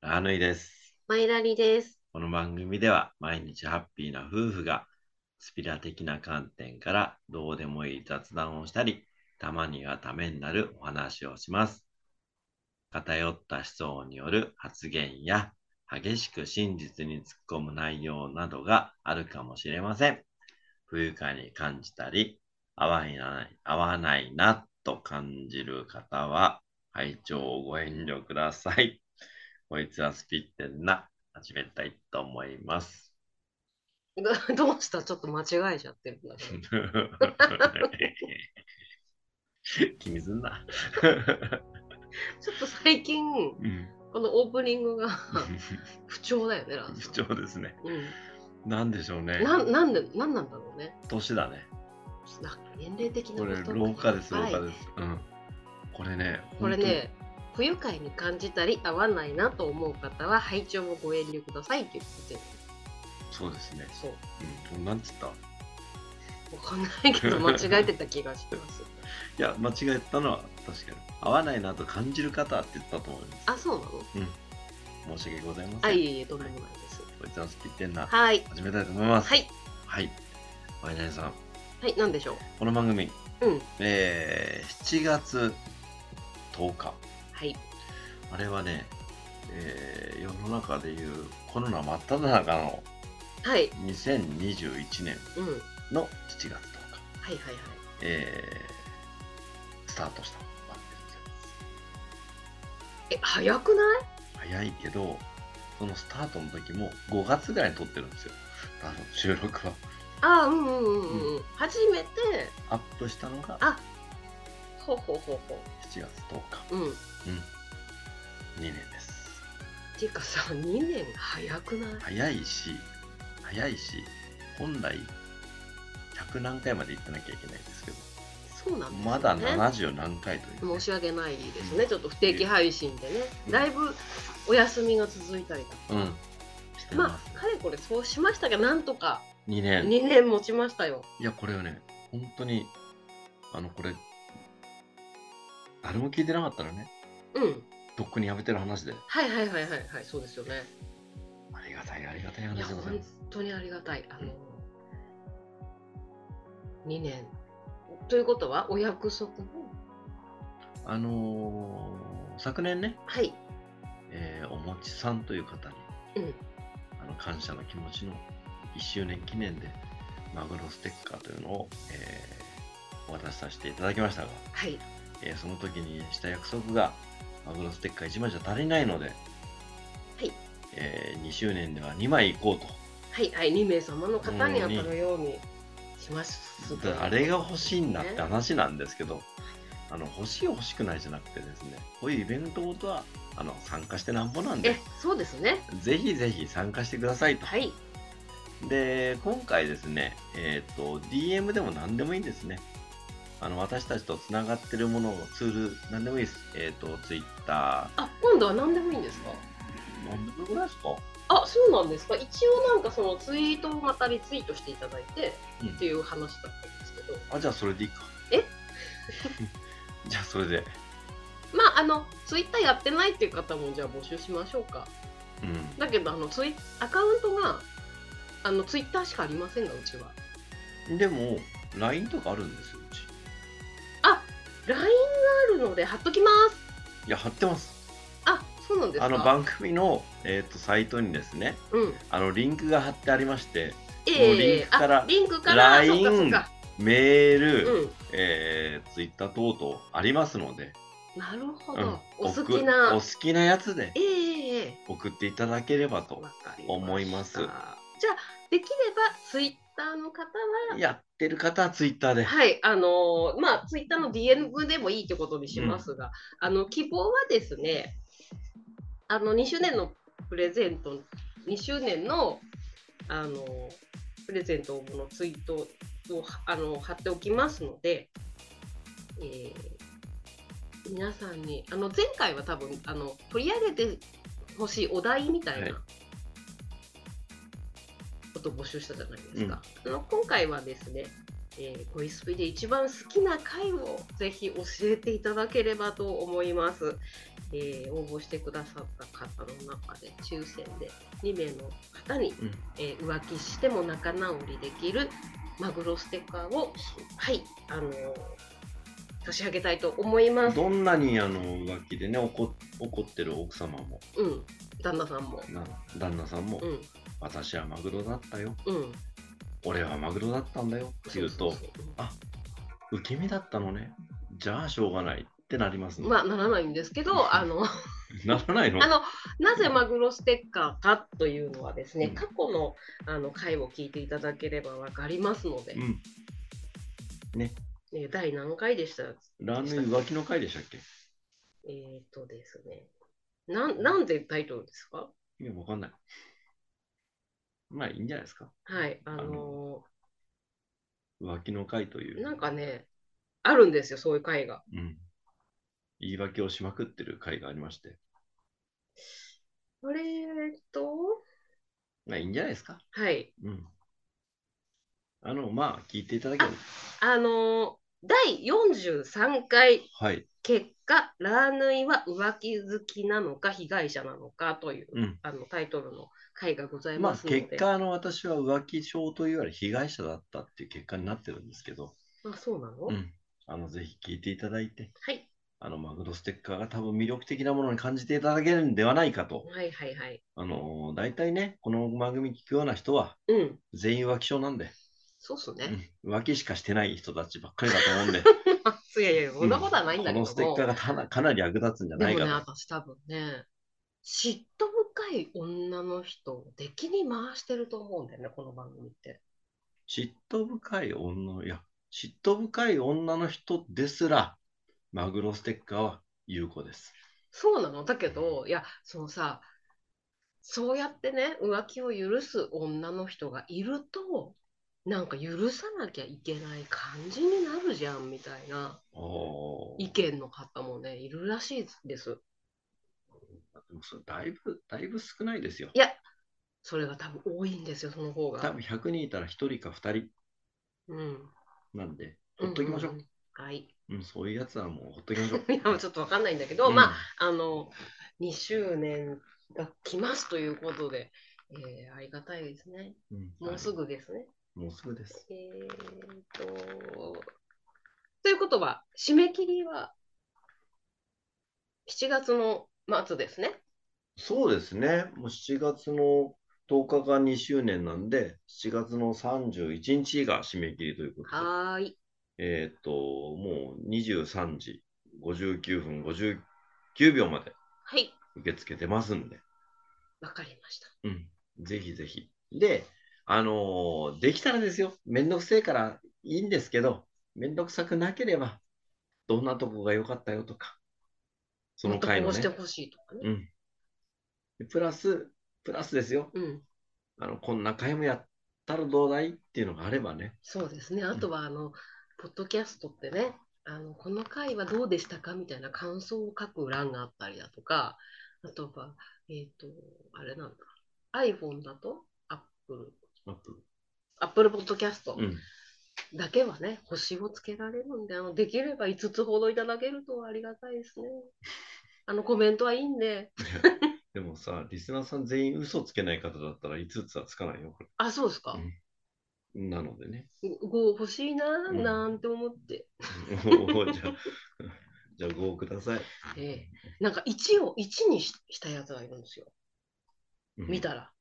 あぬいです。マイラリです。 この番組では毎日ハッピーな夫婦がスピラ的な観点からどうでもいい雑談をしたり、たまにはためになるお話をします。偏った思想による発言や激しく真実に突っ込む内容などがあるかもしれません。不愉快に感じたり、合わない合わないなと感じる方は、拝聴をご遠慮ください。こいつはスピってんな、始めたいと思い ます。どどうしたちょっと間違えちゃってるんだ けど。気にすんな。ちょっと最近、うんこのオープニングが 不調だよね、ラン 不さん。調ですね。うなんでしょうねん、。ななんでなんなんだろうね。年だね。なんか年齢的なこれ、と老化です、老はい化です。うん。これね、これね、不愉快に感じたり合わないなと思う方は、拝聴もご遠慮くださいって言ってる。本当に、そうですね。そう。うん、なんつったいわかんないけど、間違えてた気がして ます。や、間違えたのは確かに。合わないなと感じる方って言ったと思います。あ、そうなの申し訳ございませあ、ん。いえいえ、とんでもないです。こいつはスピってんな、はい。始めたいと思います。はい。はい。ワイナリさん、はい、なんでしょこの番組、う。うん。えー、7月10日。はい。あれはね、えー、世の中でいうコロナ真っ只中のはい。 2021年うん。はいの7月10日、はいはい。えー、スタートした番え、早くない組です。早いけど、そのスタートの時も5月ぐらいに撮ってるんですよ。あの収録は。あうんうんうんうん、うん、初めてアップしたのが7あほうほうほうほ月10日。ううんっ2年です。ていうかさ2年早くない早いし早いし本来100何回まで行ってなきゃいけないんですけどそうなんですよ、ね、まだ70何回というね、申し訳ないですねちょっと不定期配信でね、うんだいぶお休みが続いたりだとか、うんしてままあす、かれこれそうしましたがなんとか2年2年持ちましたよ、いやこれはね本当にあのこれ誰も聞いてなかったらねうんとっくにやめてる話ではいはいはいはいはいそうですよねありがたいありがたいいや話でござい本ます当にありがたいあうんの、2年ということはお約束もあのー昨年ね、はいえーおもちさんという方にうんあの感謝の気持ちの1周年記念でマグロステッカーというのを、えーお渡しさせていただきましたが、はいえーその時にした約束がマグロステッカー1枚じゃ足りないので、いえ2周年では2枚いこうはいはい、2名様の方に当たるようにします。とあれが欲しいんだっねて話なんですけど、あの欲しい欲しくないじゃなくてですねこういうイベントごとはあの参加してなんぼなんえで、そうですね。ぜひぜひ参加してくださいと。はい、で、今回ですね、えっ、と、DM でも何でもいいんですね。あの、私たちとつながってるものを、ツール、何でもいいです。えっ、と、Twitter、あ、今度は何でもいいんですか。何でもぐらいですかあ、そうなんですか。一応なんかそのツイートをまたリツイートしていただいて、うんっていう話だったんですけど、あ、じゃあそれでいいか。え じゃあそれで。まああのツイッターやってないっていう方もじゃあ募集しましょうか。うん。だけどあのツイアカウントがあのツイッターしかありませんがうちは。でも、LINE とかあるんですよ、うち。あ、LINE があるので貼っときます。いや、貼ってます。あ、そうなんですか。あの、番組の、えっ、と、サイトにですね、うん。あの、リンクが貼ってありまして、もうリンええクからあ、リンクから、そっかそっ LINE か。メール、うん。えー、Twitter 等々ありますので、なるほうんど、お好送きなお好きなやつでええええ送っていただければとわかりました思いますじゃあできればツイッターの方はやってる方はツイッターで、はいあのーまあツイッターの DM でもいいってことにしますが、あの希望はですねあの2周年のプレゼント2周年のあのープレゼントのツイートをあの貼っておきますので、えー皆さんにあの前回は多分あの取り上げてほしいお題みたいはいなことを募集したじゃないですか、あの今回はですねえー、ゴイスピで一番好きな回をぜひ教えていただければと思います。えー応募してくださった方の中で抽選で2名の方に、うんえー浮気しても仲直りできるマグロステッカーを、はい、あのー差し上げたいと思います。どんなにあの浮気でね怒怒ってる奥様もうん、旦那さんも。な旦那さんも、うん、私はマグロだったようん、俺はマグロだったんだよって言うとそそそ受け身だったのねじゃあしょうがないってなりますね、まあならないんですけど、あ のならないのあのなぜマグロステッカーかというのはですね、うん過去のあの回を聞いていただければわかりますのでう、んえー第何回でしたラーメン浮気の回でしたっけえっ、とですね。なん、なんでタイトルですかいやわかんないまあいいんじゃないですかはい、ああの浮気の回といーう、なんかね、あるんですよ、そういう回が。うん、言い訳をしまくってる回がありましてあれと、まあいいんじゃないですかはい、うんあのまあ聞いていただければあのー第43回、はい結果、ラーヌイは浮気好きなのか、被害者なのかという、うんあのタイトルの回がございままあすので、結果あの私は浮気症というより被害者だったっていう結果になってるんですけど、あそうなの、うん、あのぜひ聞いていただいてはい、あのマグロステッカーが多分魅力的なものに感じていただけるんではないかとはいはいはい。あの大体ねこの番組聞くような人はうん、全員浮気症なんで、そうっすうね。ん、浮気しかしてない人たちばっかりだと思うんでいやい や、そんなことはないんだけどこのスも。テッカーがかなかなり役立つんじゃでないもかね、と。私多分ね、嫉妬深い女の人を敵に回してると思うんだよね、この番組って。嫉妬深い女、いや、嫉妬深い女の人ですら、マグロステッカーは有効です。そうなのだけど、いや、そのさ、そうやってね、浮気を許す女の人がいると、なんか許さなきゃいけない感じになるじゃんみたいなおー意見の方もね、いるらしいです。でもそれだいぶ、だいぶ少ないですよい。や、それが多分多いんですよ、その方多が。分100人いたら1人か2人うん。なんで、ほっときましょん。うんんはい。 いうん、そういうやつはもうほっときま しょう。や、ちょっとわかんないんだけど、うんまあ、あの2周年が来ますということで、えーありがたいですね。うんもうすぐですね。もうすぐです。えーっと。ということは、締め切りは7月の末ですね。そうですね。もう7月の10日が2周年なんで、7月の31日が締め切りということで。はーい。えーっと、もう23時59分59秒まではい。受け付けてますんで、わかりました。うん、ぜひぜひ。で、あのーできたらですよ、めんどくせえからいいんですけど、めんどくさくなければ、どんなとこが良かったよとか、その回ものっとこうしてね、ほしいとかね。うん。プラス、プラスですよ、うん。あの、こんな回もやったらどうだいっていうのがあればね、そうですね。あとは、あの、ポッドキャストってね、あの、この回はどうでしたかみたいな感想を書く欄があったりだとか、あとは、えっ、と、あれなんだ、iPhone だと Apple、アップ Apple Podcast うん、だけはね、星をつけられるんで、あの、できれば5つほどいただけるとありがたいです ね。あの、コメントはいいんで、でもさ、リスナーさん全員嘘つけない方だったら5つはつかないよ、これ。あ、そうですか。なのでね。 5欲しいなー、うんなんて思って。 おおじゃあ、じゃあ5ください。ええなんか1を1にししたやつがいるんですよ。うん見たら。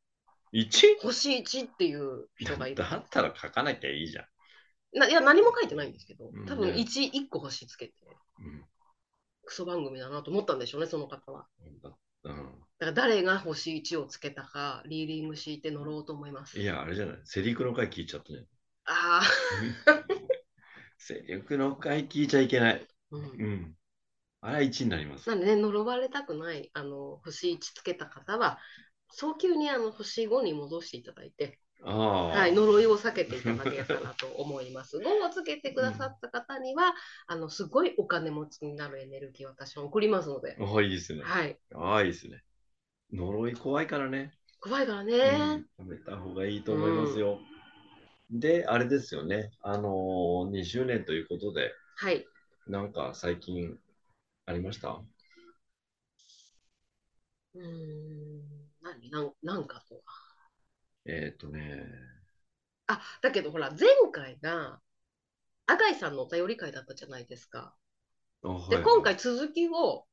1? 星1っていう人がいるだ。ったら書かなきゃいいじゃん。ないや、何も書いてないんですけどうん、多分ね1、1個星つけて、クソ番組だなと思ったんでしょうね、その方は。うんだうだから誰が星1をつけたか、リーディング敷いて乗ろうと思います。ん、いや、あれじゃない。セリクの回聞いちゃったね。 ああ、セリクの回聞いちゃいけない。う。うんん。あれは1になります。なんでね、呪われたくない、あの、星1つけた方は、早急にあの星5に戻していただいて、ああ、はい、呪いを避けていただけたらと思います。5 をつけてくださった方には、あの、すごいお金持ちになるエネルギーを私は送りますので、ああいいですね。はい。ああ、いいですね。呪い怖いからね。怖いからうね。んやめた方がいいと思いますよ。で、あれですよね。あのー、2周年ということで、はい。なんか最近ありましたうーん。何なんなんかとか。えっ、とね、あ、だけどほら、前回が、赤井さんのお便り会だったじゃないですか。あで、はい今回続きを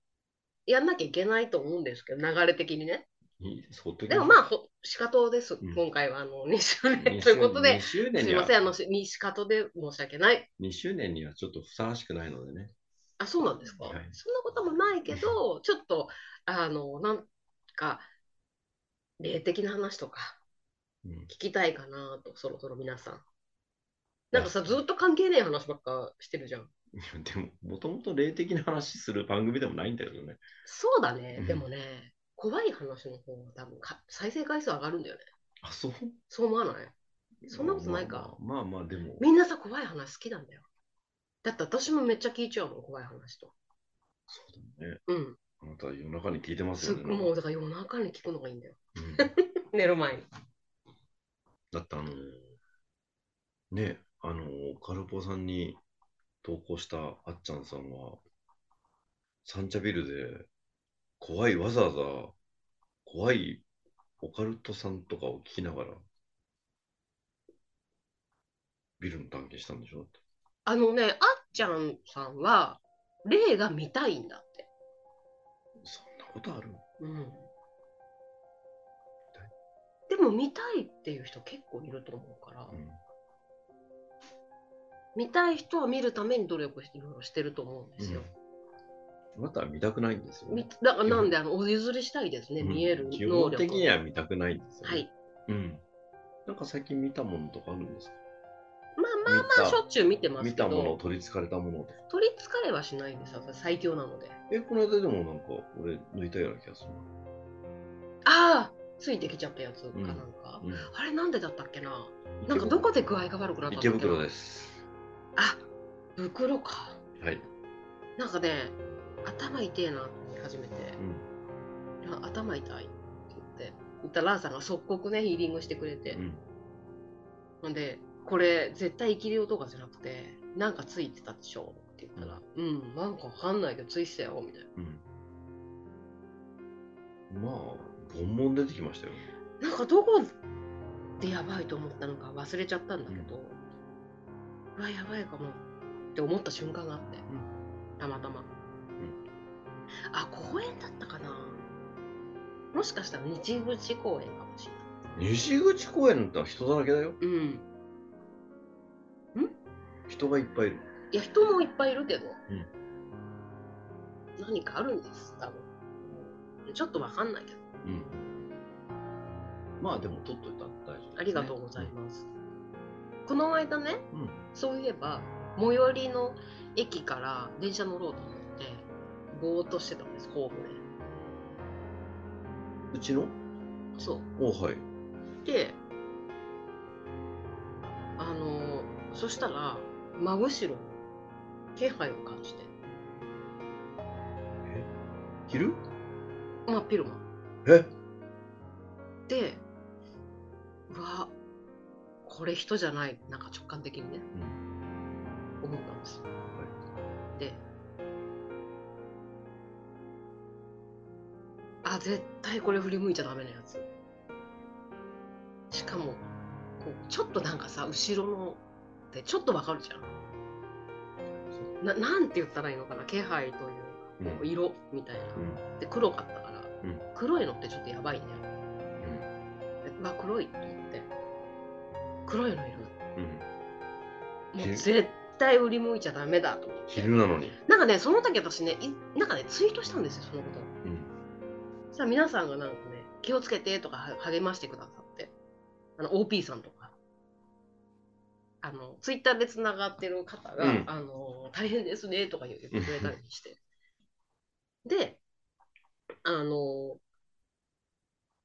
やんなきゃいけないと思うんですけど、流れ的にね。いそっときでもまあ、ほ仕方です。うん今回はあ の2周年2ということ2で、周年すいにはません、あの、しに仕方で申し訳ない。 2周年にはちょっとふさわしくないのでね。あ、そうなんですか。はいそんなこともないけど、ちょっと、あの、なんか、霊的な話とかうん聞きたいかなと、そろそろ皆さん。なんかさ、ずっと関係ねえ話ばっかしてるじゃん。いやでも、もともと霊的な話する番組でもないんだけどね。そうだねう。んでもね、怖い話の方が多分か再生回数上がるんだよね。あ、そうそう思わないそんなことないか。まあまあ、まあまあでも、みんなさ、怖い話好きなんだよ。だって私もめっちゃ聞いちゃうもん、怖い話と。そうだね。うん。あなたは夜中に聞いてますすよっね。もうだから夜中に聞くのがいいんだよ。うん寝る前に。だってあの、ね、あの、カルポさんに投稿したあっちゃんさんは、サンチャビルで、怖い、わざわざ、怖いオカルトさんとかを聞きながら、ビルの探検したんでしょってあのね、あっちゃんさんは、霊が見たいんだって。そんなことあるうん。でも見たいっていう人結構いると思うから、うん見たい人は見るために努力していろいろしてると思うんですよ。あなたは見たくないんですよね、みだからなんであのお譲りしたいですね、うん見える基能本力的には見たくないんですよね。はい。うん。なんか最近見たものとかあるんですかまあまあまあ見たしょっちゅう見てます見けたもの、ど取りつかれたものとか。取りつかれはしないんですよ私最強なのでえ、この間でもなんか俺抜いたような気がするああついてきちゃったやつかうんなんか、な。あれなんでだったっけなうなんかどこで具合が悪くなったんだっ池けな袋です。あ袋かはい。なんかね、頭痛えなって言い始めて、うん。いや頭痛いって言って、言ったらランさんが即刻ね、ヒーリングしてくれて、ほんで、これ絶対生き霊とかじゃなくて、なんかついてたでしょって言ったら、うん、なんかわかんないけど、ついてたよみたいうん。うん。まあ、ボンボン出てきましたよ。な。なんかどこでやばいと思ったのか忘れちゃったんだけど、うわ、やばいかもって思った瞬間があって、たまたま。あ、公園だったかな。もしかしたら日口公園かもしれない。西口公園だったら人だらけだよ。うん。人がいっぱいいる。いや、人もいっぱいいるけど、うん何かあるんです、多分。ちょっとわかんないけど、うん。まあでも取っといたら大丈夫、ありがとうございます。この間ね、す。うん。そういえば、最寄りの駅から電車乗ろうと思って、ぼーっとしてたんです、ホームで。うちのそおはい。う。で、あの、そしたら、真後ろに気配を感じて、昼真っ昼間。えでうわこれ人じゃないなんか直感的にねうん。思ったんですよであ絶対これ振り向いちゃダメなやつしかもこうちょっとなんかさ後ろのってちょっとわかるじゃんななんて言ったらいいのかな気配といううん。か色みたいな、うん。で黒かったから、うん黒いのってちょっとやばいんだようん。でうわ黒いと思って黒いのいるうん、もう昼絶対売り向いちゃダメだと思って昼なのに、なんかねその時私ねいなんかねツイートしたんですよそのことをうん、そしたら皆さんがなんかね気をつけてとかは励ましてくださってあの OP さんとかあのツイッターでつながってる方が、うんあの大変ですねとか言う言ってくれたりして であの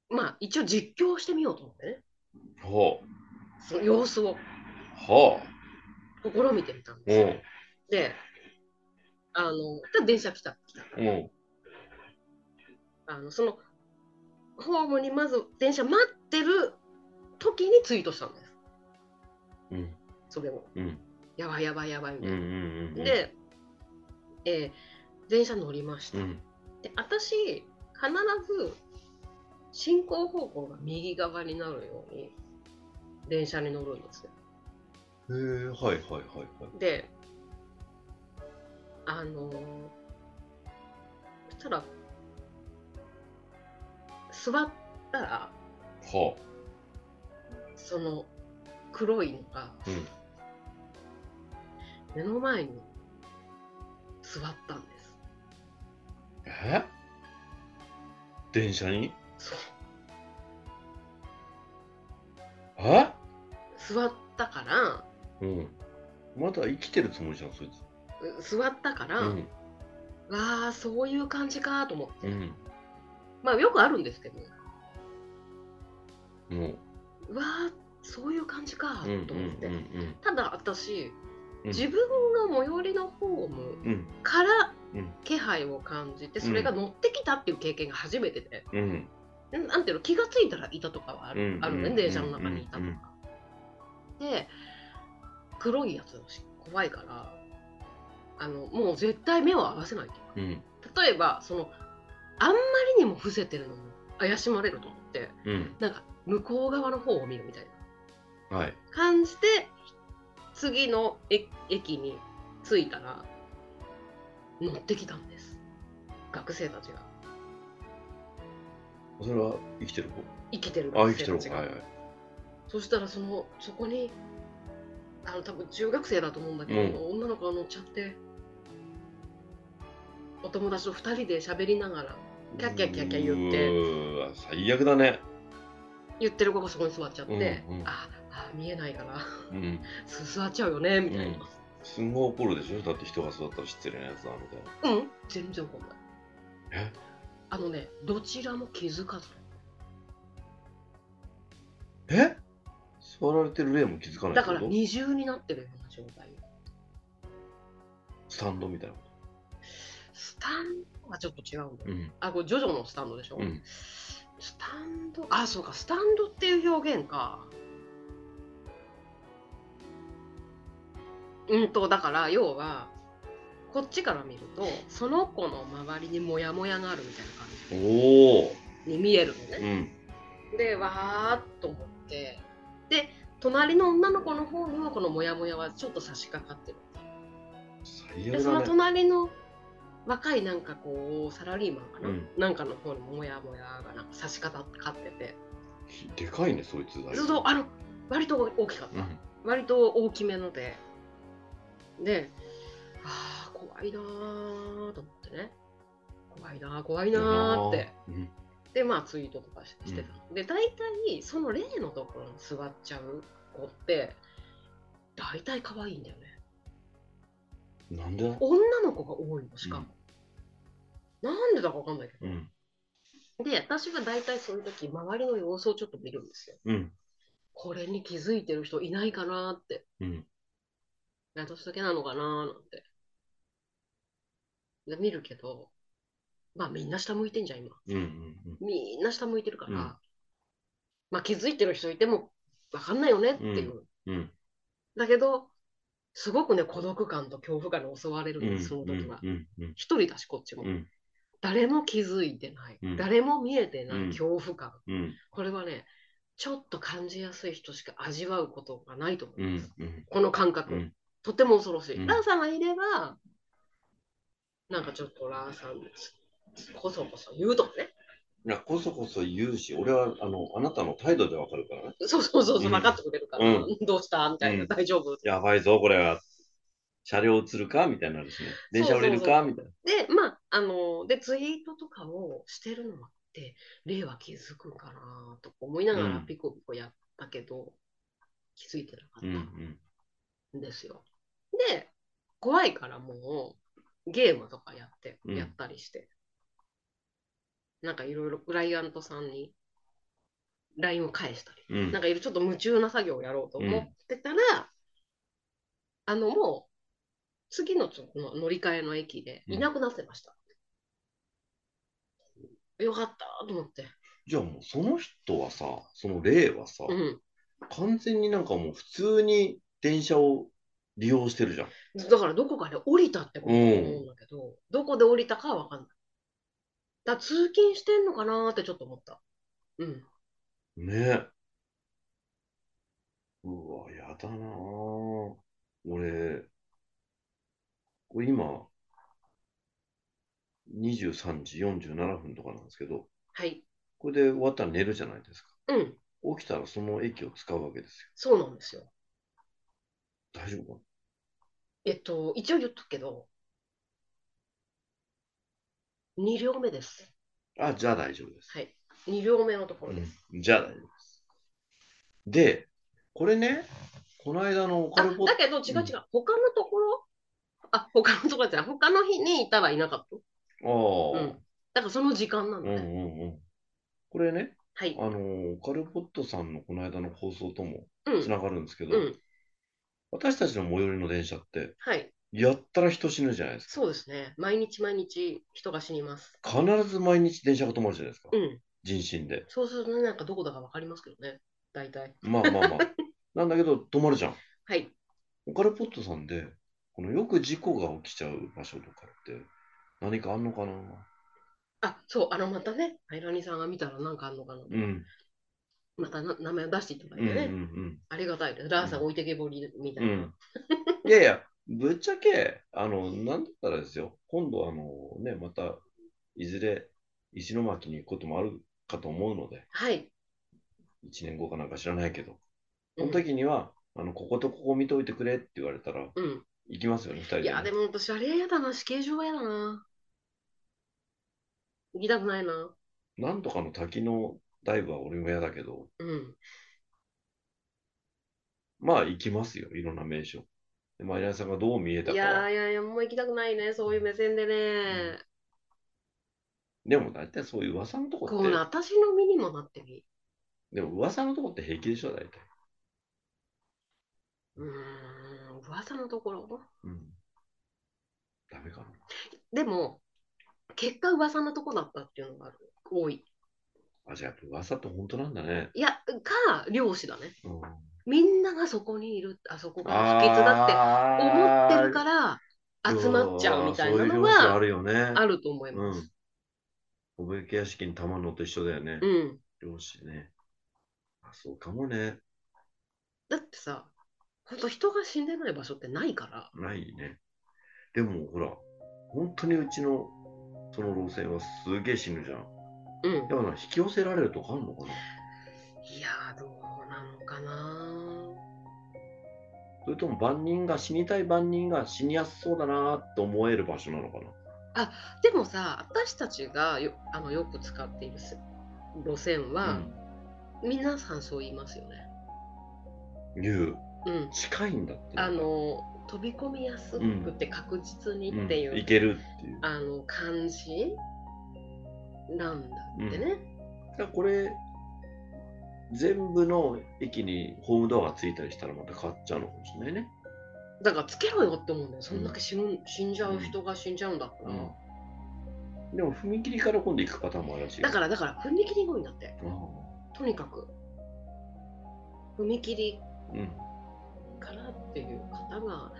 まあ一応実況してみようと思ってねほうその様子をほ試みてみたんうですようで、あの、で電車来た。来たんうんあの、その、ホームにまず電車待ってる時にツイートしたんです。うんそれもうんやばいやばいやばいみたういんうな。んうんで、えー電車乗りましうた。んで私必ず進行方向が右側になるように電車に乗るんですよ。へえはいはいはいはいであのーそしたら座ったらはその黒いのがあうん目の前に座ったんです。え電車にそうえ座ったからうんまだ生きてるつもりじゃんそいつう座ったから、うんわあそういう感じかと思って、うんまあよくあるんですけどねもううわあそういう感じかうんうんと思って、うんただ私うん自分が最寄りのホームうんうんからうん気配を感じてそれが乗ってきたっていう経験が初めてで、うんんなんていうの気がついたらいたとかはある,、うんあるうねん電車の中にいたとか、うんうんで黒いやつだし怖いからあのもう絶対目を合わせないとうん例えばそのあんまりにも伏せてるのも怪しまれると思ってうんなんか向こう側の方を見るみたいなはい感じで次の駅駅に着いたら乗ってきたんです学生たちがそれは生きてる子生きてるあ学生き生てる子たちはが、いはいそしたらそのそこにあの多分中学生だと思うんだけど、女の子が乗っちゃってお友達と2人で喋りながらキャッキャッキャッキャ言ってうわ最悪だね言ってる子がそこに座っちゃって、うんうんああ見えないからうんす座っちゃうよねみたいな、すんごい怒るでしょだって人が座ったら失礼なやつだみたいなうん、全然怒んないえあのねどちらも気づかずえ座られてる例も気づかないだからってこと二重になってるような状態スタンドみたいなこスタンドはちょっと違うんだよ、とうんあこれジョジョのスタンドでしょ、うんスタンドあそうかスタンドっていう表現かうんとだから要はこっちから見るとその子の周りにモヤモヤがあるみたいな感おおじに見えるのねうんでわーっと思ってで隣の女の子の方にもこのモヤモヤはちょっと差し掛かってる最で悪そのだね隣の若いなんかこうサラリーマンかな、うんなんかの方にもモヤモヤがなんか差し掛かっててでかいねそいつだいぶずっとあの割と大きかっうた、ん割と大きめのでであー怖いなーと思ってね怖いなー怖いなーってうんでまあツイートとかしてしてた、で大体その例のところに座っちゃう子って大体可愛いんだよねなんでな女の子が多いのしかも、なんでだかわかんないけど、うんで私は大体そういう時周りの様子をちょっと見るんですようんこれに気づいてる人いないかなってうん私だけなのかななんてで見るけどまあみんな下向いてんじゃん今うんうんみんな下向いてるから、うんまあ気づいてる人いても分かんないよねっていう、うんうんだけどすごくね孤独感と恐怖感に襲われるんうでんすその時はうんうん一人だしこっちも、うん誰も気づいてない、うん誰も見えてなうんい恐怖感、うんこれはねちょっと感じやすい人しか味わうことがないと思ういんます、うんこの感覚、うんとても恐ろしい、うんラーさんがいればなんかちょっとラーさんこそこそ言うとかねいやこそこそ言うし俺はあのあなたの態度でわかるからねそうそうそうそうう、ん分かってくれるから、うどうしたみたいな、うん大丈夫やばいぞこれは車両映るかみたいになるしね電車降りるかそうそうそうみたいなで、まあ、あの、で、ツイートとかをしてるのもあって、例は気づくかなとか思いながらうんピコピコやったけど、気づいてなかうんうっんたんですよ。で、怖いからもう、ゲームとかやって、うんやったりして、なんかいろいろクライアントさんに LINE を返したり。うんなんかいろちょっと夢中な作業をやろうと思ってたら、あのもう次のちょの乗り換えの駅でいなくなってました。よかったと思って。じゃあもうその人はさ、その霊はさ、うん。完全になんかもう普通に電車を利用してるじゃん。だからどこかで降りたってことだと思うんだけど、どこで降りたかは分かんない。だから通勤してんのかなーってちょっと思った。うん。ね。うわ、やだなぁ。俺、これ今、23時47分とかなんですけど、はい。これで終わったら寝るじゃないですか。うん。起きたらその駅を使うわけですそうなんですよ。よ。大丈夫かえっと、一応言っとくけど、2両目です。なあ、じゃあ大丈夫です。はい。2両目のところです。うんじゃあ大丈夫です。で、これね、この間のオカあ、ルポだけど違う違う。他のところあ、他のところじゃない。他の日にいたらいなかった。ああ、うんだからその時間なうのんうね。んうん。これね、はい。あのー、オカルポットさんのこの間の放送ともうんつ。ながるんですけど、うん。私たちの最寄りの電車って、はい。やったら人死ぬじゃないですそうですね。毎日毎日人が死にます。か。必ず毎日電車が止まるじゃないですか。うん。人身で。そうするとね、なんかどこだかわかりますけどね。大体。まあ まあまあ。なんだけど、止まるじゃん。はい。オカルポットさんで、このよく事故が起きちゃう場所とかって、何かあんのかなあ、そう、あの、またね、アイラニさんが見たらなんかあんのかな。うん。またな名前を出していただうんいうてんね。うん。ありがたいです。ラーさん置いてけぼりみたいな。うんいやいや、ぶっちゃけ、あの、なんだったらですよ、今度、あの、ね、また、いずれ、石巻に行くこともあるかと思うので、はい。 1年後かなんか知らないけど、うそんの時には、あの、こことここ見といてくれって言われたら、うん。行きますよね、2人いや、ででね。も私、あれやだな。死刑場はやだな。行きたくないな。なんとかの滝のダイブは俺も嫌だけど、うん。まあ、行きますよ、いろんな名所。で、マリアさんがどう見えたいかやは。いやいや、もう行きたくないね。そういう目線でね。でも、大体そういう噂のとここっうてな、、私の身にもなってみ。でも噂のとこって平気でしょ、大体。うーん、噂のところ。うん。ダメかな。でも、結果噂のとこだったっていうのがある多い。あ、じゃあやっぱ噂って本当なんだね。いや、か、漁師だね。うん、みんながそこにいる、あそこから不吉だって思ってるから、集まっちゃうみたいなのそういう要素あはるよね。あると思いまうすん。。お化け屋敷にたまるのと一緒だよねう。ん。漁師ね。あ、そうかもね。だってさ、ほんと人が死んでない場所ってないから。ないね。でもほら、本当にうちのその路線はすげえ死ぬじゃん。うんで。もな引き寄せられるとかあるのかないやー、どうなのかなそれとも万人が死にたい万人が死にやすそうだなって思える場所なのかなでもさ、私たちがよあのよく使っているす路線は、皆さんそう言いますよね。うん。いう。うん。近いんだって。あの飛び込みやすくて確実にうん、っていう、いけるっていう。あの感じなんだってね、だからこれ全部の駅にホームドアがついたりしたらまた変わっちゃうのかもしれないね。だからつけろよって思うんだよそんだけ死ぬ、死んじゃう人が死んじゃうんだから、でも踏切から今度行くパターンもあるらしいよ。だからだから踏切後になってうんとにかく踏切うん、からっていう方が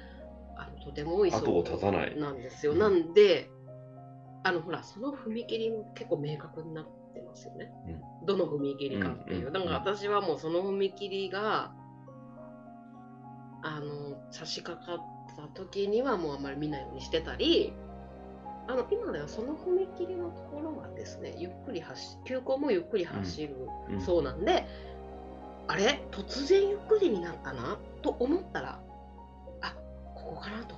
あのとても多いそう後を絶たないなんですよ、うんなんであのほらその踏切も結構明確になってますよね、どの踏切かっていう、うんだからうん私はもうその踏切があの差し掛かった時にはもうあんまり見ないようにしてたりあの今ではその踏切のところはですねゆっくり走急行もゆっくり走るうんそうなんで、あれ突然ゆっくりになったなと思ったらあここかなと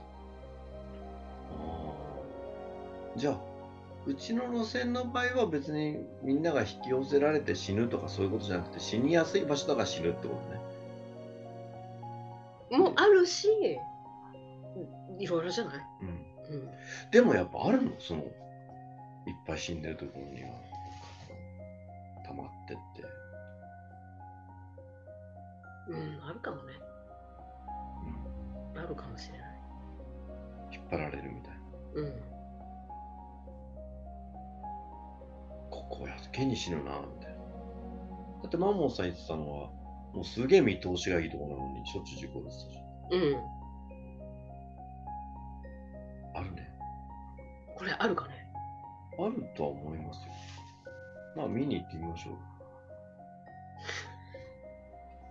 あーじゃあうちの路線の場合は別にみんなが引き寄せられて死ぬとかそういうことじゃなくて死にやすい場所だから死ぬってことね。もあるしうんいろいろじゃない、うん、うん、でもやっぱあるのそのいっぱい死んでるところには溜まってって。うん、あるかもねうんあるかもしれない、引っ張られるみたいな。うん、ここやけに死ぬなみたいな。だってマンモンさん言ってたのは、もうすげえ見通しがいいとこなのに、しょっちゅう事故ですし。うん。あるね。これあるかねあるとは思いますよ。まあ、見に行ってみま しょう。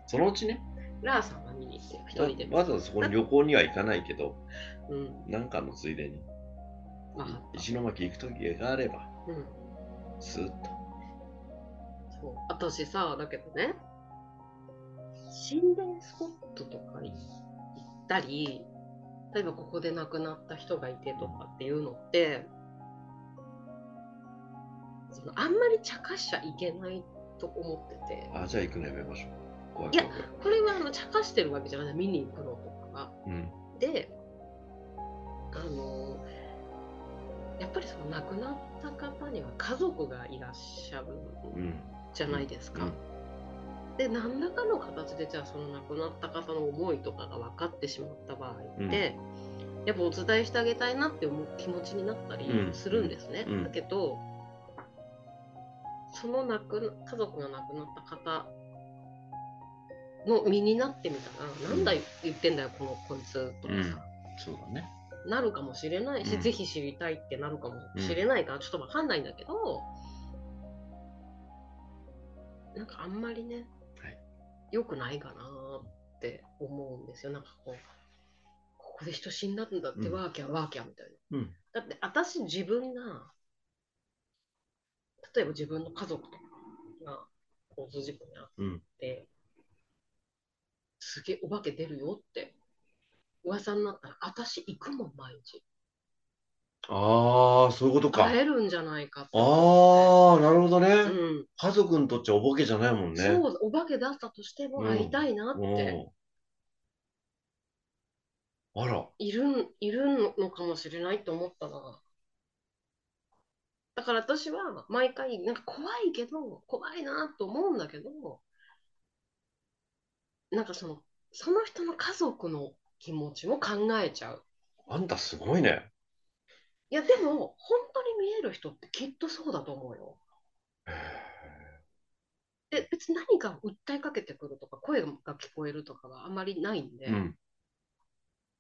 そのうちね、ラーさんは見に行ってよ一人で。わざわざそこに旅行には行かないけど、うん。なんかのついでに、 まあ、石巻行くときがあれば、うん。スーッと。そう。私さ、だけどね、心霊スポットとか行ったり、例えばここで亡くなった人がいてとかっていうのって、そのあんまり茶化しちゃいけないと思ってて、あ、じゃあ行くのやめましょう。怖いいや怖い怖い。これはあの茶化してるわけじゃない、見に行くのとかが。うん。であのやっぱりその亡くなった方には家族がいらっしゃるうん。じゃないですか。うんで何らかの形でじゃあその亡くなった方の思いとかが分かってしまった場合って、やっぱお伝えしてあげたいなって思う気持ちになったりうんするんですね。うんだけどその亡くな家族が亡くなった方の身になってみたら、なんだ言ってんだよこのこいつとかさ、うんそうだね。なるかもしれないし、うんぜひ知りたいってなるかもしれないから、ちょっとわかんないんだけど、なんかあんまりね、はい良くないかなーって思うんですよ。なんかこう、ここで人死んだんだって、うんワーキャーワーキャーみたいな。うんだって私自分が、例えば自分の家族とかが交通事故に遭って、すげえお化け出るよって噂になったら、私行くもん、毎日。ああ、そういうことか。あ会えるんじゃないかってあー、なるほどね。うん、家族にとっちゃお化けじゃないもんね。そうお化け出したとしてうもん会いたいなっおて、ーあら、いるんいるのかもしれないと思ったなだから私は毎回なんか怖いけど怖いなと思うんだけどなんかそのその人の家族の気持ちも考えちゃうあんたすごいね。いやでも本当に見える人ってきっとそうだと思うよへーで別に何か訴えかけてくるとか声が聞こえるとかはあんまりないんで、うん、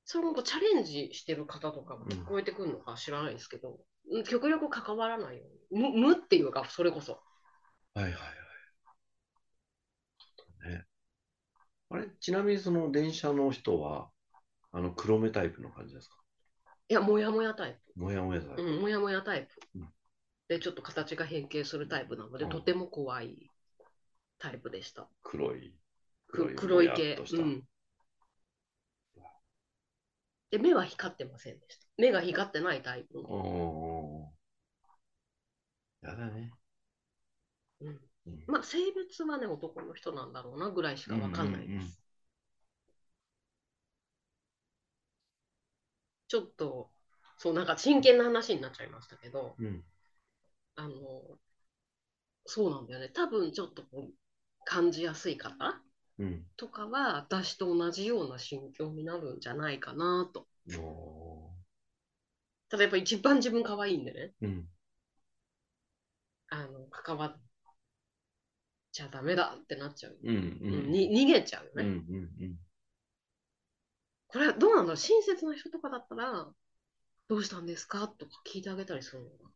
それもこうチャレンジしてる方とかも聞こえてくるのか知らないですけど、うん極力関わらないように無無っていうかそれこそはいはいはい。ね、あれ、ちなみにその電車の人は、あの黒目タイプの感じですかいやもやもやタイもやもやタイプ、プ。うん、もやもやタイプ、うんでちょっと形が変形するタイプなので、うんとても怖いタイプでした黒い。く黒いもや系っとしうたんで目は光ってませんでした目が光ってないタイプおーおーの、おーやだね。うんうんまあ性別はね男の人なんだろうなぐらいしかわかんないでうす、んうんうんちょっとそうなんか真剣な話になっちゃいましたけどうん、あのそうなんだよね多分ちょっとこう感じやすい方うん。とかは私と同じような心境になるんじゃないかなとおただやっぱ一番自分可愛いんでねーうん。あの関わっちゃダメだってなっちゃう、うんう。うんんに逃げちゃうようね、んうんうん。これはどうなんだろう親切な人とかだったらどうしたんですかとか聞いてあげたりするのかな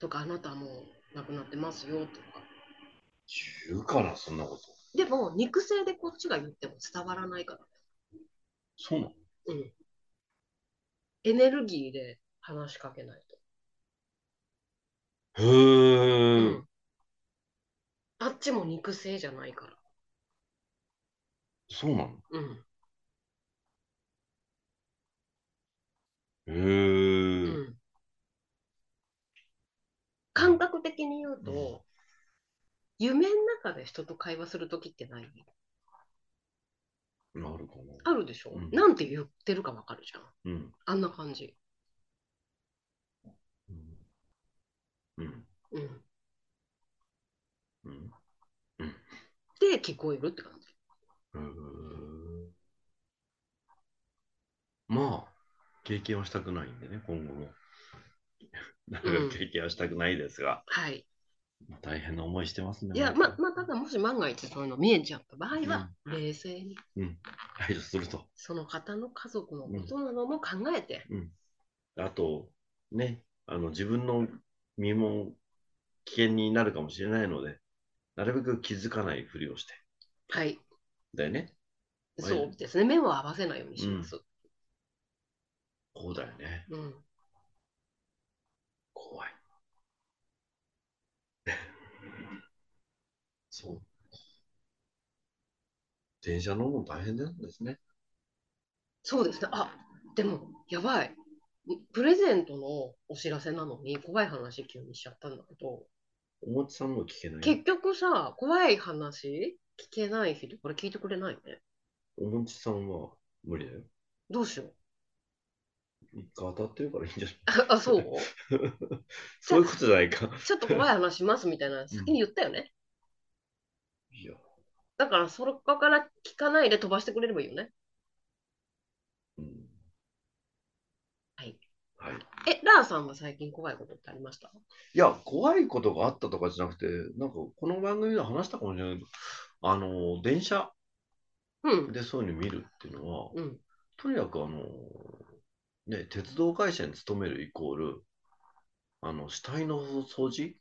とかあなたはもう亡くなってますよとか言うかな、そんなこと。でも肉声でこっちが言っても伝わらないからそうなのエネルギーで話しかけないへと、ーあっちも肉声じゃないからそうなのうん、へうーん、感覚的に言うと、うん夢の中で人と会話する時ってないなるかあるでしょ、うんなんて言ってるかわかるじゃんな。うん。あんな感じ、うん。うん。うん、うん。で聞こえるって感じへーまあ、経験はした くないんでね、今後も。なるべく経験はしたくないですが、はいまあ大変な思いしてますね。いや、本ま、まあ、ただもし万が一そういうの見えちゃった場合は、うん冷静に当にうん。排除すると。その方の家族のことなども考えて、あと、ね、あの、自分の身も危険になるかもしれないので、なるべく気づかないふりをして。はい、だよね。はいそうですね、目を合わせないようにします。こうだよね。うん怖い。 そう。電車乗るの大変なんですね。そうですね、あでも、やばい、プレゼントのお知らせなのに、怖い話急にしちゃったんだけど、おもちさんも聞けない。結局さ、怖い話聞けない人、これ聞いてくれないね。おもちさんは無理だよ。どうしよう。一回当たってるからいいんじゃない あ、そうそういうことじゃないか。ちょっと怖い話しますみたいな、先に言ったよね。いや、だから、そこから聞かないで飛ばしてくれればいいよね。うん。はい。はい。え、ラーさんは最近怖いことってありましたいや、怖いことがあったとかじゃなくて、なんかこの番組で話したかもしれないけど、あの、電車うん。でそういうの見るっていうのは、うん。とにかくあの、ね、鉄道会社に勤めるイコール、あの、死体の掃除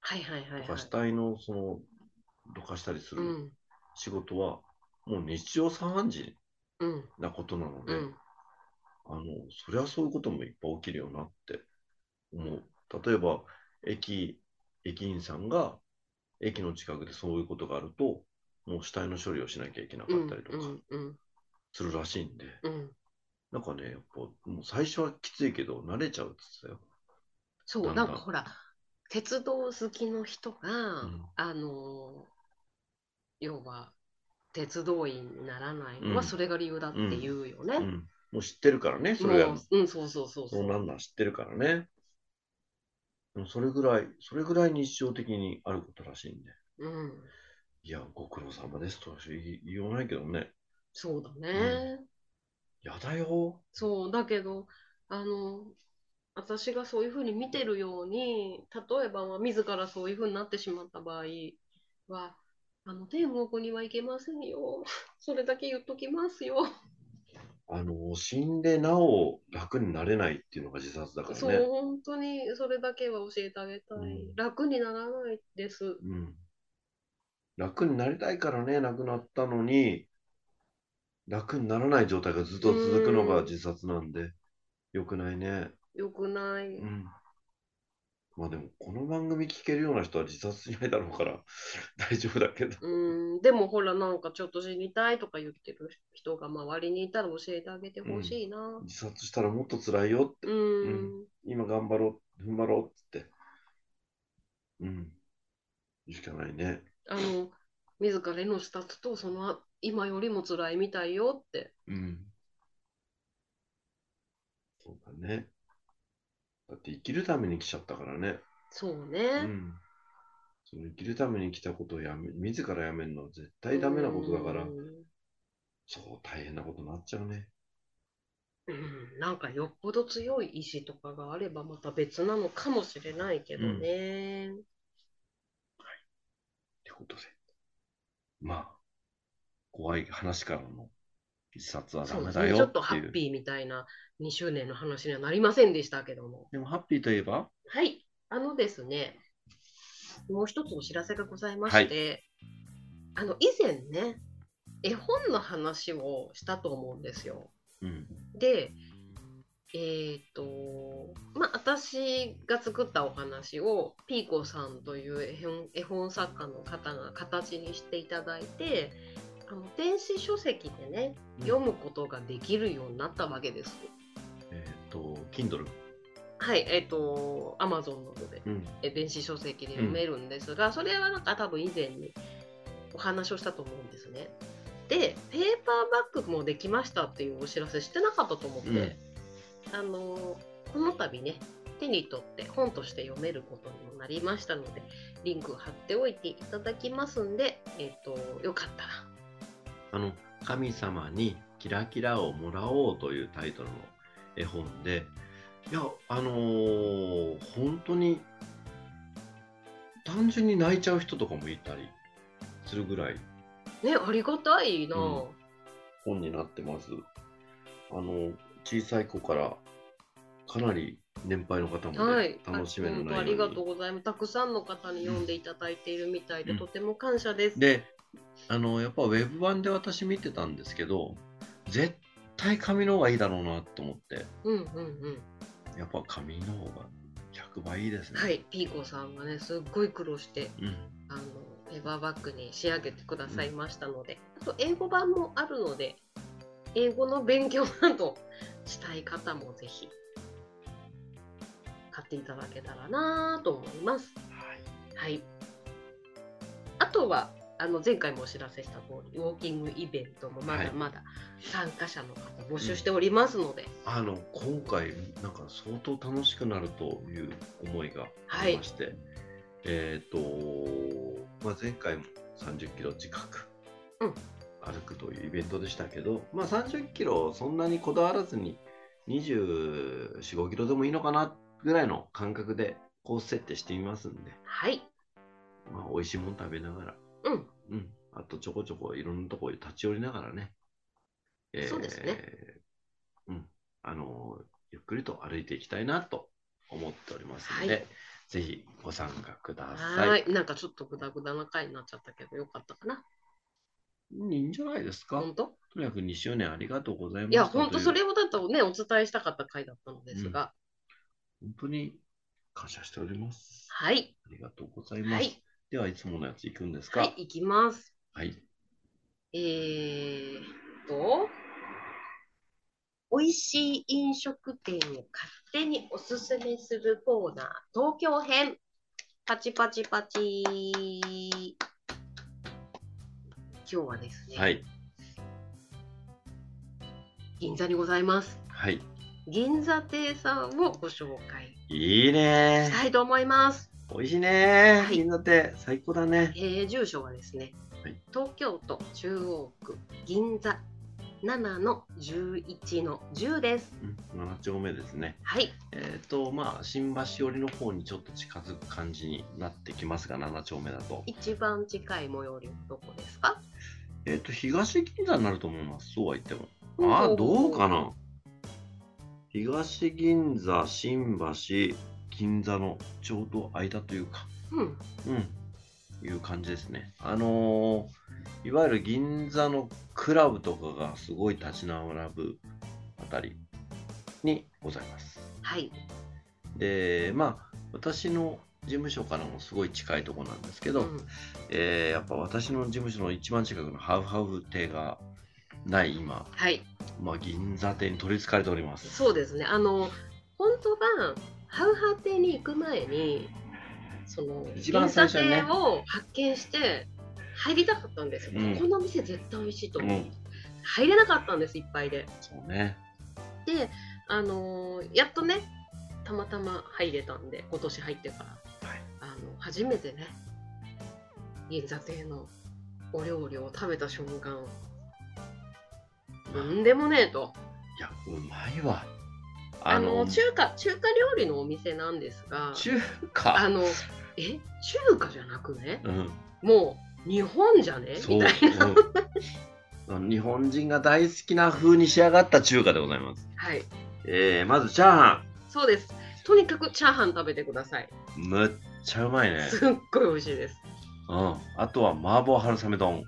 はいはいはい、とはかい死。体のその、どかしたりすうるん。仕事は、もう日常茶飯事うん。なことなのうで、ん。あの、そりゃそういうこともいっぱい起きるよなって思う。例えば、駅、駅員さんが、駅の近くでそういうことがあると、もう死体の処理をしなきゃいけなかうっんたりとうかん。うん。するらしいんで、うん。なんかね、やっぱ、もう最初はきついけど、慣れちゃうって言ってそなう、んだなんかほら、鉄道好きの人が、んあのー要は、鉄道員にならないのうはんそれが理由だって言うよね。たよ。うん。もう知ってるからね、それもが、う、うん、そうそうそうそそうう。なんなん知ってるからね。でもそれぐらい、それぐらい日常的にあることらしいんで、うん、いや、ご苦労様ですとは言い言わないけどね、そうだね。やだよ。そうだけどあの私がそういうふうに見てるように例えばまあ自らそういうふうになってしまった場合はあの天国には行けませんよ それだけ言っときますよ、あの死んでなお楽になれないっていうのが自殺だからそうね。本当にそれだけは教えてあげたい、うん楽にならないですうん、楽になりたいからね、亡くなったのに、楽にならない状態がずっと続くのが自殺なんで、良くないね。よくない、うん。まあでも、この番組聞けるような人は自殺しないだろうから 大丈夫だけど。うん、でもほらなんかちょっと死にたいとか言ってる人が周りにいたら教えてあげてほしいな自殺したらもっと辛いよって、うん、今頑張ろう、踏ん張ろうって言って。うん。いいしかないね。あの自ら命絶つとその今よりも辛いみたいよってうん。そうだね。だって生きるために来ちゃったからね。そううね、ん。その生きるために来たことをやめ、自らやめるのは絶対ダメなことだからうん、そう大変なことになっちゃうね。うんなんかよっぽど強い意志とかがあればまた別なのかもしれないけどね、ってことで。まあ、怖い話からの自殺はダそうメですだねちょよっとってハいう。ッピーみたいな2周年の話にはなりませんでしたけどもでもハッピーといえば、はいあのですねもう一つお知らせがございまして、あの以前ね絵本の話をしたと思うんですよ。うん。で、えっ、と、まあ、私が作ったお話を、ピーコさんという絵本絵本作家の方が形にしていただいて、あの電子書籍でね、読むことができるようになったわけです。えっ、と、Kindle。はい、えっ、と、Amazon などでうん。え電子書籍で読めるんですが、それはなんか多分以前にお話をしたと思うんですね。でペーパーバッグもできましたっていうお知らせしてなかったと思って、うんあのーこの度ね手に取って本として読めることにもなりましたのでリンク貼っておいていただきますんで、えっとよかったらあの、神様にキラキラをもらおうというタイトルの絵本で、いや、あのー本当に単純に泣いちゃう人とかもいたりするぐらいね、ありがたいな。うん本になってます。あの小さい子からかなり年配の方もね、はい、楽しめある本当あ内り容がにとうございます。たくさんの方に読んでいただいているみたいで、うんとても感謝です。であのやっぱウェブ版で私見てたんですけど絶対紙の方がいいだろうなと思ってうんうんうん。やっぱ紙の方が100倍いいですね。はい、ピーコさんはね、すっごい苦労して、うんあのペーパーバッグに仕上げてくださいましたので、あと英語版もあるので、英語の勉強などしたい方もぜひ買っていただけたらなと思います。はいはい。あとは、あの前回もお知らせした通り、ウォーキングイベントもまだまだ参加者の方募集しておりますので、あの今回なんか相当楽しくなるという思いがありまして、えっ、と、まあ、前回も30キロ近くうん歩くというイベントでしたけど、まあ、30キロそんなにこだわらずに24、5キロでもいいのかなぐらいの感覚でコース設定してみますんで、はい。まあ、美味しいもの食べながら、うん。うん、あとちょこちょこいろんなところに立ち寄りながらね、えそうですね。うん、あのーゆっくりと歩いていきたいなと思っておりますので、はいぜひご参加くだはさい。ーい。なんかちょっとグダグダな回になっちゃったけど、よかったかな。いいんじゃないですか。本当とにかく2周年ありがとうございまいしたや、本と当いうそれをだとね、お伝えしたかった回だったのですが、本当に感謝しております。はい。ありがとうございます。はい。では、いつものやついくんですか。はい、いきます。はい。えーっと、美味しい飲食店を勝手におすすめするコーナー、東京編。パチパチパチ。今日はですね、はい。銀座にございます。はい。銀座亭さんをご紹介いいねしたいと思います。ー。美味しいねはー。いみんなって最高だね。えー住所はですね、はい東京都中央区銀座7の11の10です。うん、7丁目ですね。はい、えっ、と、まあ、新橋寄りの方にちょっと近づく感じになってきますが、7丁目だと。一番近い最寄りはどこですか？えっ、と、東銀座になると思います。そうは言っても。ああ、ほうほどうほかな東銀座、新橋、銀座のちょうど間というか、うん、うん、いう感じですね。あのーいわゆる銀座のクラブとかがすごい立ち並ぶあたりにございます。はい、でまあ私の事務所からもすごい近いところなんですけど、うんえーやっぱ私の事務所の一番近くのハウハウ亭がない今、はい、まあ、銀座亭に取りつかれておりますそうですね。あの本当はハウハウ亭に行く前に、その一番最初にね銀座亭を発見して入りたかったんですよ。うんここの店絶対美味しいとう思う。ん入れなかったんですいっぱいで。そうねで、あのーやっとねたまたま入れたんで今年入ってから、はいあの初めてね銀座亭のお料理を食べた瞬間とんでもねえといやうまいわああのの中華中華料理のお店なんですが中あ華のえ中華じゃなくねうんもう日本じゃねそうみたいな、うん日本人が大好きな風に仕上がった中華でございます、はい、えー、まずチャーハそうですとにかくチャーハン食べてくださいンむっちゃうまいね、すっごい美味しいですうん、あとは麻婆春雨丼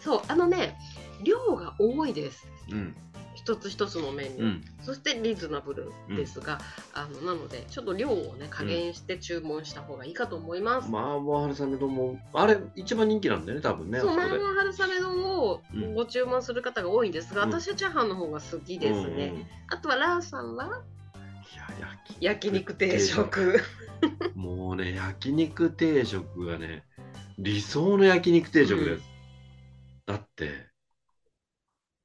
そうあのね量が多いですうん一つ一つのメニュー、うんそしてリーズナブルですが、あのなのでちょっと量をね加減して注文した方がいいかと思います、麻婆春雨丼もあれ一番人気なんだよね多分ねそうあ麻こ婆で春雨丼をうんご注文する方が多いんですが、うん私はチャーハンの方が好きですね、うんうんいあとはラーさんはや焼肉定食もうね焼肉定食がね理想の焼肉定食です、だって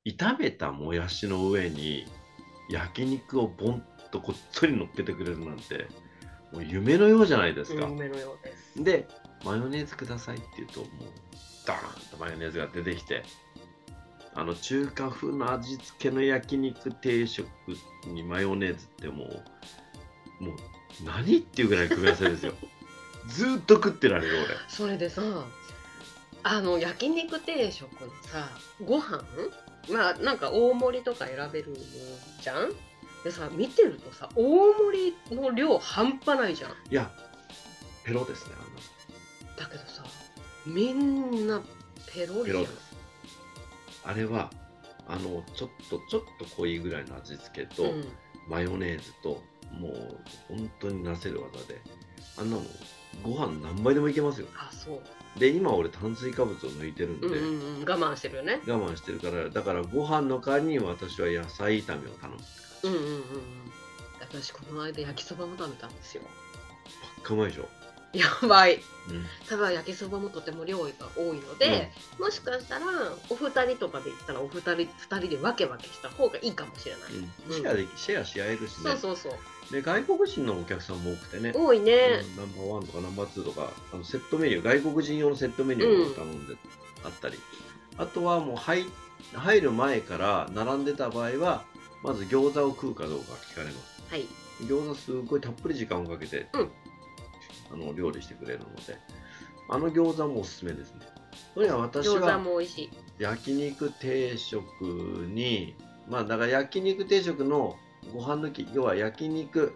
炒めたもやしの上に焼肉をボンとこっそり乗っけてくれるなんてもう夢のようじゃないですか、うん梅のようですでマヨネーズくださいって言うともうダーンとマヨネーズが出てきてあの中華風の味付けの焼肉定食にマヨネーズってもうもう何っていうぐらい組み合わせですよずーっと食ってられるそれでさあの焼肉定食のさご飯まあなんか大盛りとか選べるじゃんでさ見てるとさ大盛りの量半端ないじゃん俺いやペロですねあんなだけどさみんなペロリペやロんですあれはあのちょっとちょっと濃いぐらいの味付けと、うん、マヨネーズともう本当になせる技であんなもんご飯何杯でもいけますよあそうで今俺炭水化物を抜いてるんで、うんうんうん、我慢してるよね。我慢してるからだからご飯の代わりに私は野菜炒めを頼むうんうんうんうん。私この間焼きそばも食べたんですよ。ばっかうまいでしょ、やばうい。ん、ただ焼きそばもとても量が多いので、もしかしたらお二人とかで行ったらお二人二人で分け分けした方がいいかもしれない。うんシェアできシェアし合えるしねそうそうそう。で外国人のお客さんも多くてね、多いね。うんナンバーワンとかナンバーツーとかあのセットメニュー外国人用のセットメニューを頼んであったり、あとはもう入入る前から並んでた場合はまず餃子を食うかどうか聞かれますはい。餃子すっごいたっぷり時間をかけて、うんあの料理してくれるのであの餃子もおすすめですねとにかく私餃子はも美味しい。焼肉定食にまあだから焼肉定食のご飯抜き要は焼肉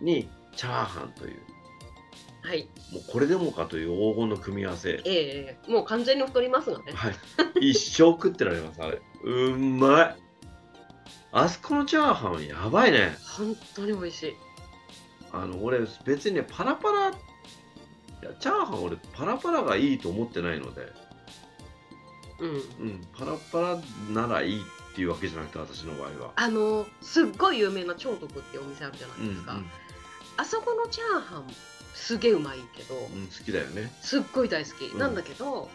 にチャーハンというはい。もうこれでもかという黄金の組み合わせ。ええもう完全に太りますがね。はい。一生食ってられます、あれ。うんまい。あそこのチャーハンやばいね。本当に美味しい。あの、俺別にね、パラパラ、いや、チャーハン俺パラパラがいいと思ってないので、うん。うん、パラパラならいいっていうわけじゃなくて、私の場合は。あのすっごい有名な超徳っていうお店あるじゃなうん、いうですか。ん、あそこのチャーハンすげえうまいけど。うん好きだよね。すっごい大好き、うんなんだけど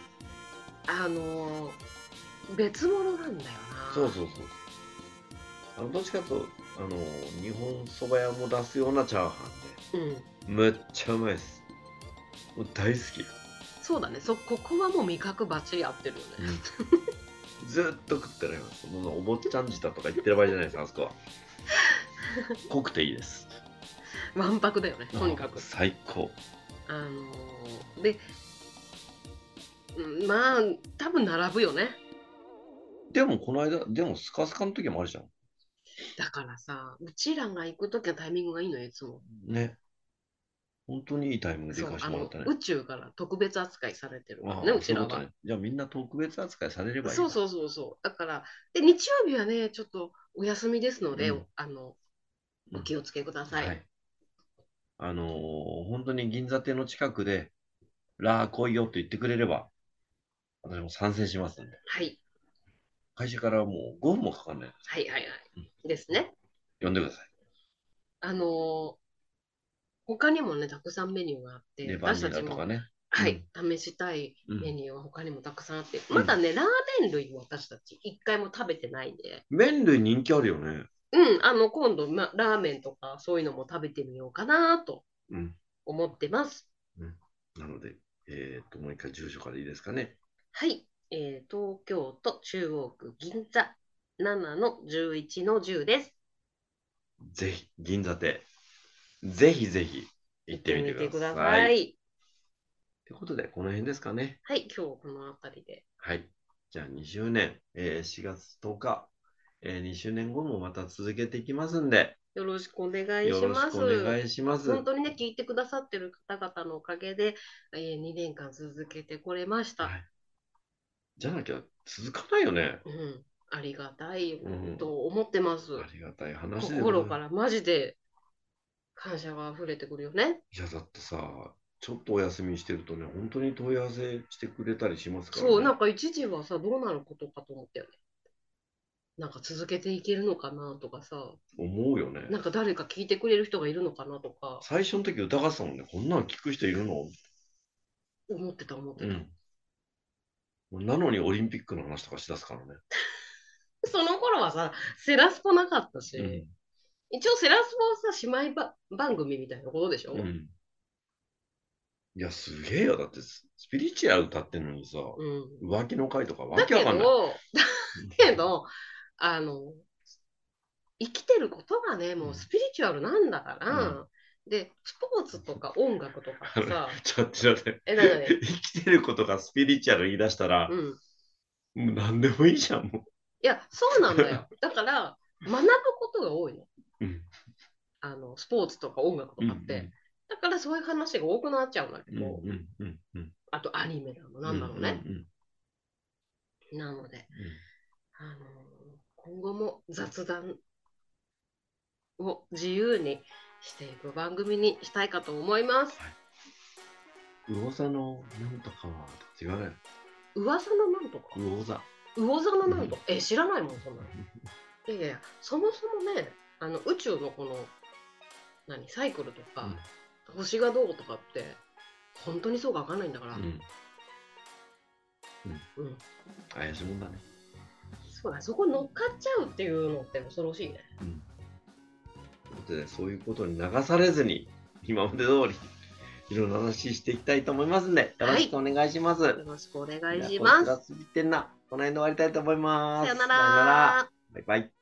あのー別物なんだよなそうそうそう。あのどっちかというと、あの、日本そば屋も出すようなチャーハンで。う、ん、めっちゃうまいです。もう大好き。そうだねそここはもう味覚バッチリ合ってるよね、ずーっと食ってられます。もうお坊ちゃん舌とか言ってる場合じゃないです、あそこは。濃くていいです。わんぱくだよね とにかく最高。あのーでうんまあ多分並ぶよねでもこの間、でもスカスカの時もあるじゃん。だからさうちらが行く時のタイミングがいいのよいつもね。本当にいいタイミングでそ行うかせあてもらのったね。宇宙から特別扱いされてるからあねあうちらそういうことはねじゃあみんな特別扱いされればいい。そうそうそうそう。だから、で、日曜日はね、ちょっとお休みですので、うんあの、うんお気をつけください。はい。あのー本当に銀座店の近くで、ラー来いよと言ってくれれば、私も参戦しますんで。はい、会社からもう5分もかかんない。はい、はい、はい。ですね。呼んでください。あのー他にもね、たくさんメニューがあって、レバ私ニたラちとも、かね。はい、試したいうんメニューは他にもたくさんあって、うんまだね、ラーメン類を私たち一回も食べてないんで、麺類人気あるよね。うん、あの、今度、ま、ラーメンとかそういうのも食べてみようかなとうん。思ってます。なので、えっと、もう一回住所からいいですかね。はい、えー東京都中央区銀座7の11の10です。ぜひ、銀座店。ぜひぜひ、行ってみてください。といい。うことで、この辺ですかね。はい、今日はこの辺りで。はい。じゃあ、2周年、えー4月10日、え2周年後もまた続けていきますんで、よろしくお願いよしろしまくす。お願いします。本当にね、聞いてくださってる方々のおかげで、えー、2年間続けてこれました。はいじゃなきゃ続かないよね。うん、ありがたいうんと思ってます。ありがたい話でござい心ますからマジで感謝が溢れてくるよね。いやだってさ、ちょっとお休みしてるとね、本当に問い合わせしてくれたりしますから、ね。そう、なんか一時はさ、どうなることかと思ったよね。なんか続けていけるのかなとかさ、思うよね。なんか誰か聞いてくれる人がいるのかなとか、最初の時疑ってたもんね、こんなの聞く人いるの、思ってた思ってた。うん、なのにオリンピックの話とかしだすからね。その頃はさ、セラスポなかったし、一応セラスポはさ、姉妹ば番組みたいなことでしょ、うんうんいや、すげえよ。だってス、スピリチュアル歌ってんのにさ、うん浮気の会とかわだけけわかど、んだない。けど、あの、生きてることがね、もうスピリチュアルなんだから、うんで、スポーツとか音楽 とかってさ、ちょっとちょっと待ってえ、なんだね。生きてることがスピリチュアル言い出したら、うん。もう何でもいいじゃん、もいや、そうなんだよ。 だから、学ぶことが多いの。う。うん。あの、スポーツとか音楽とかって。だからそういう話が多くなっちゃうんだけうんど、うんうんうん。あとアニメだの、なんだろうね。うんうんなので、あのー今後も雑談を自由にしていく番組にしたいかと思います。うん。魚座のなんとかは違うよ。噂のなんとか、魚座。魚座のなんとか、え、知らないもん、そんなの。いやいやいや、そもそもね、あの宇宙のこの、何、サイクルとか、星がどうとかって本当にそうか分かんないんだから、うん。うん。うん怪しいもんだね。そうだそこ乗っかっちゃうっていうのって恐ろしいねうん。で、そういうことに流されずに、今まで通り、いろんな話していきたいと思いますんで、よろしくお願いします。よろしくお願いしますじゃあこいつが過ぎてんな。この辺で終わりたいと思います。さよなさよなららバイバイ。